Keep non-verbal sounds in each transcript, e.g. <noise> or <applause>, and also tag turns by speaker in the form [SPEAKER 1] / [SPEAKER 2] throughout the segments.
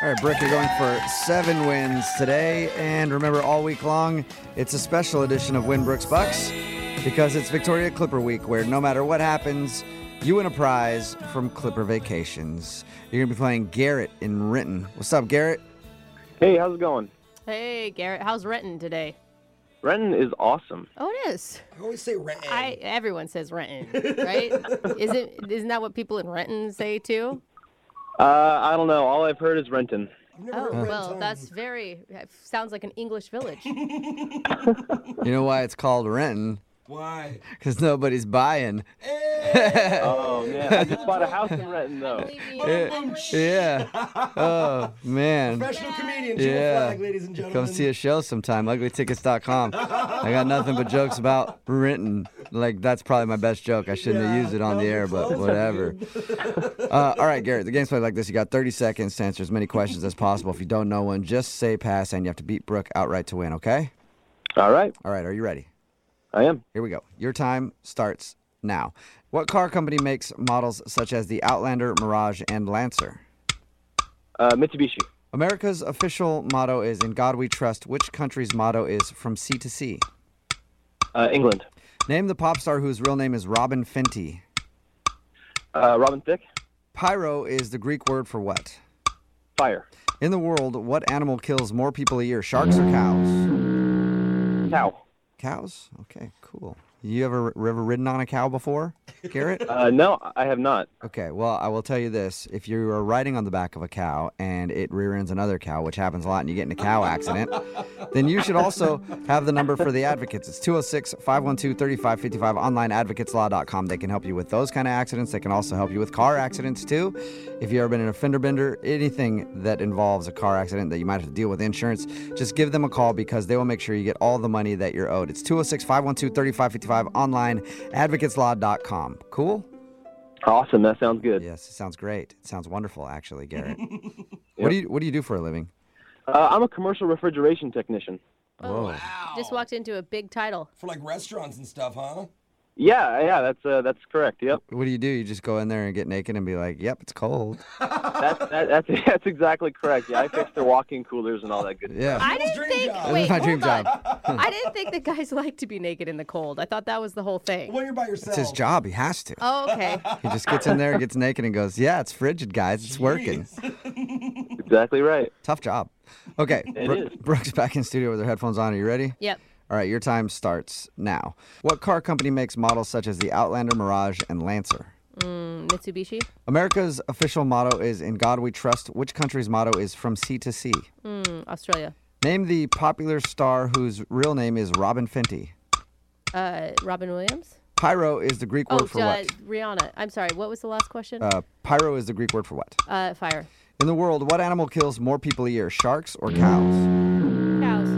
[SPEAKER 1] All right, Brick, you're going for seven wins today. And remember, all week long, it's a special edition of Win Brooks Bucks because it's Victoria Clipper Week, where no matter what happens, you win a prize from Clipper Vacations. You're going to be playing Garrett in Renton. What's up, Garrett?
[SPEAKER 2] Hey, how's it going?
[SPEAKER 3] Hey, Garrett, how's Renton today?
[SPEAKER 2] Renton is awesome.
[SPEAKER 3] Oh, it is.
[SPEAKER 4] I always say rent.
[SPEAKER 3] I everyone says
[SPEAKER 4] <laughs>
[SPEAKER 3] Renton, right? isn't isn't that what people in Renton say too?
[SPEAKER 2] Uh, I don't know. All I've heard is Renton.
[SPEAKER 4] I've never
[SPEAKER 3] Oh,
[SPEAKER 4] heard rent
[SPEAKER 3] well,
[SPEAKER 4] tongue.
[SPEAKER 3] that's very that sounds like an English <laughs> village.
[SPEAKER 1] You know why it's called Renton?
[SPEAKER 4] why.
[SPEAKER 1] Because nobody's buying.
[SPEAKER 4] Hey!
[SPEAKER 2] Oh man, <laughs> I just bought a house in Renton <laughs> though.
[SPEAKER 4] <laughs>
[SPEAKER 1] Yeah. Oh, man.
[SPEAKER 4] Professional comedian, Jim
[SPEAKER 1] Yeah.
[SPEAKER 4] Flag, ladies and gentlemen.
[SPEAKER 1] Come see a show sometime. Uglytickets.com. I got nothing but jokes about Renton. Like that's probably my best joke. I shouldn't have
[SPEAKER 4] Yeah,
[SPEAKER 1] used it on the
[SPEAKER 4] probably
[SPEAKER 1] air, but
[SPEAKER 4] close,
[SPEAKER 1] whatever. <laughs> Uh, all right, Garrett. The game's played like this. You got 30 seconds to answer as many questions as possible. If you don't know one, just say pass, and you have to beat Brooke outright to win. Okay?
[SPEAKER 2] All right,
[SPEAKER 1] All right. Are you ready?
[SPEAKER 2] I am.
[SPEAKER 1] Here we go. Your time starts now. What car company makes models such as the Outlander, Mirage, and Lancer?
[SPEAKER 2] Uh, Mitsubishi.
[SPEAKER 1] America's official motto is "In God We Trust." Which country's motto is "From Sea to Sea"?
[SPEAKER 2] Uh, England.
[SPEAKER 1] Name the pop star whose real name is Robin Fenty.
[SPEAKER 2] Uh, Robin Thicke.
[SPEAKER 1] Pyro is the Greek word for what?
[SPEAKER 2] Fire.
[SPEAKER 1] In the world, what animal kills more people a year, sharks or cows?
[SPEAKER 2] Cow.
[SPEAKER 1] Cows? Okay, cool. You ever, ever ridden on a cow before, Garrett?
[SPEAKER 2] Uh, no, I have not.
[SPEAKER 1] Okay, well, I will tell you this. If you are riding on the back of a cow and it rear ends another cow, which happens a lot, and you get in a cow accident, then you should also have the number for the advocates. It's 206 512 3555, onlineadvocateslaw.com. They can help you with those kind of accidents. They can also help you with car accidents, too. If you've ever been in a fender bender, anything that involves a car accident that you might have to deal with insurance, just give them a call because they will make sure you get all the money that you're owed. It's 206 512 3555, onlineadvocateslaw.com. Cool?
[SPEAKER 2] Awesome. That sounds good.
[SPEAKER 1] Yes, it sounds great. It sounds wonderful, actually, Garrett. What do you What do you do for a living?
[SPEAKER 2] Uh, I'm a commercial refrigeration technician.
[SPEAKER 3] Oh,
[SPEAKER 1] Whoa.
[SPEAKER 3] Just walked into a big title.
[SPEAKER 4] For like restaurants and stuff, huh?
[SPEAKER 2] Yeah, yeah, that's uh, that's correct. Yep.
[SPEAKER 1] What do you do? You just go in there and get naked and be like, "Yep, it's cold."
[SPEAKER 2] That, that, <laughs> that's that's exactly correct. Yeah, I fix their walk-in coolers and all that good.
[SPEAKER 1] Yeah, <laughs>
[SPEAKER 3] I
[SPEAKER 4] People's
[SPEAKER 3] didn't
[SPEAKER 4] dream
[SPEAKER 3] think.
[SPEAKER 4] job.
[SPEAKER 1] That was
[SPEAKER 3] Wait,
[SPEAKER 1] my
[SPEAKER 3] hold
[SPEAKER 1] dream
[SPEAKER 3] on.
[SPEAKER 1] job.
[SPEAKER 4] <laughs>
[SPEAKER 3] I didn't think the guys <laughs> like to be naked in the cold. I thought that was the whole thing.
[SPEAKER 4] When you're by yourself.
[SPEAKER 1] it's his job. He has to.
[SPEAKER 3] Oh,
[SPEAKER 4] <laughs>
[SPEAKER 3] okay.
[SPEAKER 1] He just gets in there, gets naked, and goes, "Yeah, it's frigid, guys. It's working."
[SPEAKER 4] Jeez.
[SPEAKER 2] stuff. Exactly right.
[SPEAKER 1] <laughs> Tough job. Okay, Brooke,
[SPEAKER 2] is.
[SPEAKER 1] Brooke's back in studio with her headphones on. Are you ready?
[SPEAKER 3] Yep.
[SPEAKER 1] All right, your time starts now. What car company makes models such as the Outlander, Mirage, and Lancer?
[SPEAKER 3] Mm, Mitsubishi.
[SPEAKER 1] America's official motto is "In God We Trust." Which country's motto is "From Sea to Sea"?
[SPEAKER 3] Mm, Australia.
[SPEAKER 1] Name the popular star whose real name is Robin Fenty.
[SPEAKER 3] Uh, Robin Williams.
[SPEAKER 1] Pyro is the Greek word
[SPEAKER 3] oh,
[SPEAKER 1] for
[SPEAKER 3] uh,
[SPEAKER 1] what?
[SPEAKER 3] Rihanna. I'm sorry. What was the last question?
[SPEAKER 1] Uh, pyro is the Greek word for what?
[SPEAKER 3] Uh, fire.
[SPEAKER 1] In the world, what animal kills more people a year, sharks or cows?
[SPEAKER 3] Cows.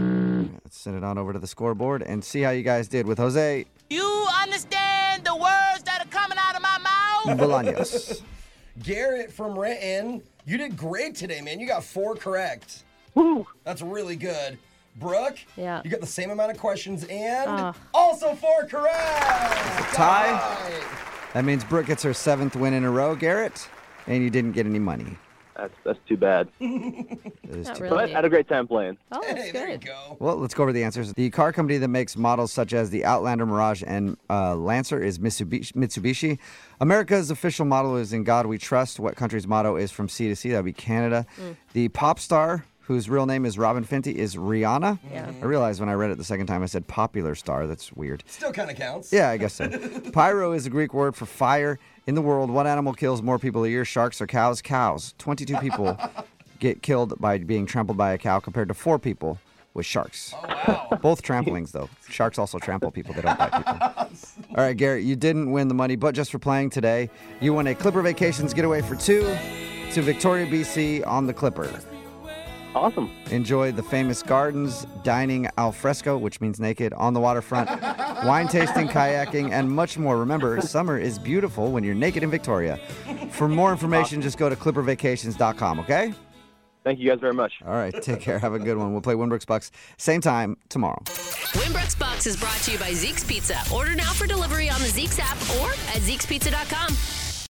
[SPEAKER 1] Let's send it on over to the scoreboard and see how you guys did with Jose
[SPEAKER 5] You understand the words that are coming out of my mouth?
[SPEAKER 1] Bolaños.
[SPEAKER 4] Garrett from Renton, you did great today, man. You got four correct. Woo! That's really good. Brooke,
[SPEAKER 3] Yeah.
[SPEAKER 4] you got the same amount of questions and
[SPEAKER 3] Ah.
[SPEAKER 4] also four correct.
[SPEAKER 1] Tie.
[SPEAKER 4] All right.
[SPEAKER 1] That means Brooke gets her seventh win in a row, Garrett, and you didn't get any money.
[SPEAKER 2] That's that's too bad.
[SPEAKER 1] That is
[SPEAKER 3] Not
[SPEAKER 1] too-
[SPEAKER 2] But I
[SPEAKER 3] really.
[SPEAKER 2] had a great time playing.
[SPEAKER 3] Oh, that's
[SPEAKER 4] Hey,
[SPEAKER 3] good.
[SPEAKER 4] there you go.
[SPEAKER 1] Well, let's go over the answers. The car company that makes models such as the Outlander, Mirage, and uh, Lancer is Mitsubishi, Mitsubishi. America's official motto is "In God We Trust." What country's motto is "From Sea to Sea"? That'd be Canada. The pop star whose real name is Robin Fenty is Rihanna.
[SPEAKER 3] Yeah.
[SPEAKER 1] I realized when I read it the second time I said popular star. That's weird.
[SPEAKER 4] Still kind of
[SPEAKER 1] <laughs>
[SPEAKER 4] counts.
[SPEAKER 1] Yeah, I guess so. Pyro is a Greek word for fire. In the world, what animal kills more people a year, sharks or cows? Cows. 22
[SPEAKER 4] <laughs>
[SPEAKER 1] people get killed by being trampled by a cow compared to four people with sharks.
[SPEAKER 4] Oh, wow.
[SPEAKER 1] Both tramplings, though. Sharks also trample people. They don't bite
[SPEAKER 4] <laughs>
[SPEAKER 1] people. All right, Garrett, you didn't win the money, but just for playing today, you won a Clipper Vacations getaway for two to Victoria, BC on the Clipper.
[SPEAKER 2] Awesome.
[SPEAKER 1] Enjoy the famous gardens, dining al fresco, which means naked, on the waterfront, wine tasting, kayaking, and much more. Remember, summer is beautiful when you're naked in Victoria. For more information, just go to clippervacations.com, okay?
[SPEAKER 2] Thank you guys very much.
[SPEAKER 1] All right, take care. Have a good one. We'll play Winbrooks Bucks same time tomorrow.
[SPEAKER 6] Winbrook's Box is brought to you by Zeke's Pizza. Order now for delivery on the Zeke's app or at Zeke'sPizza.com.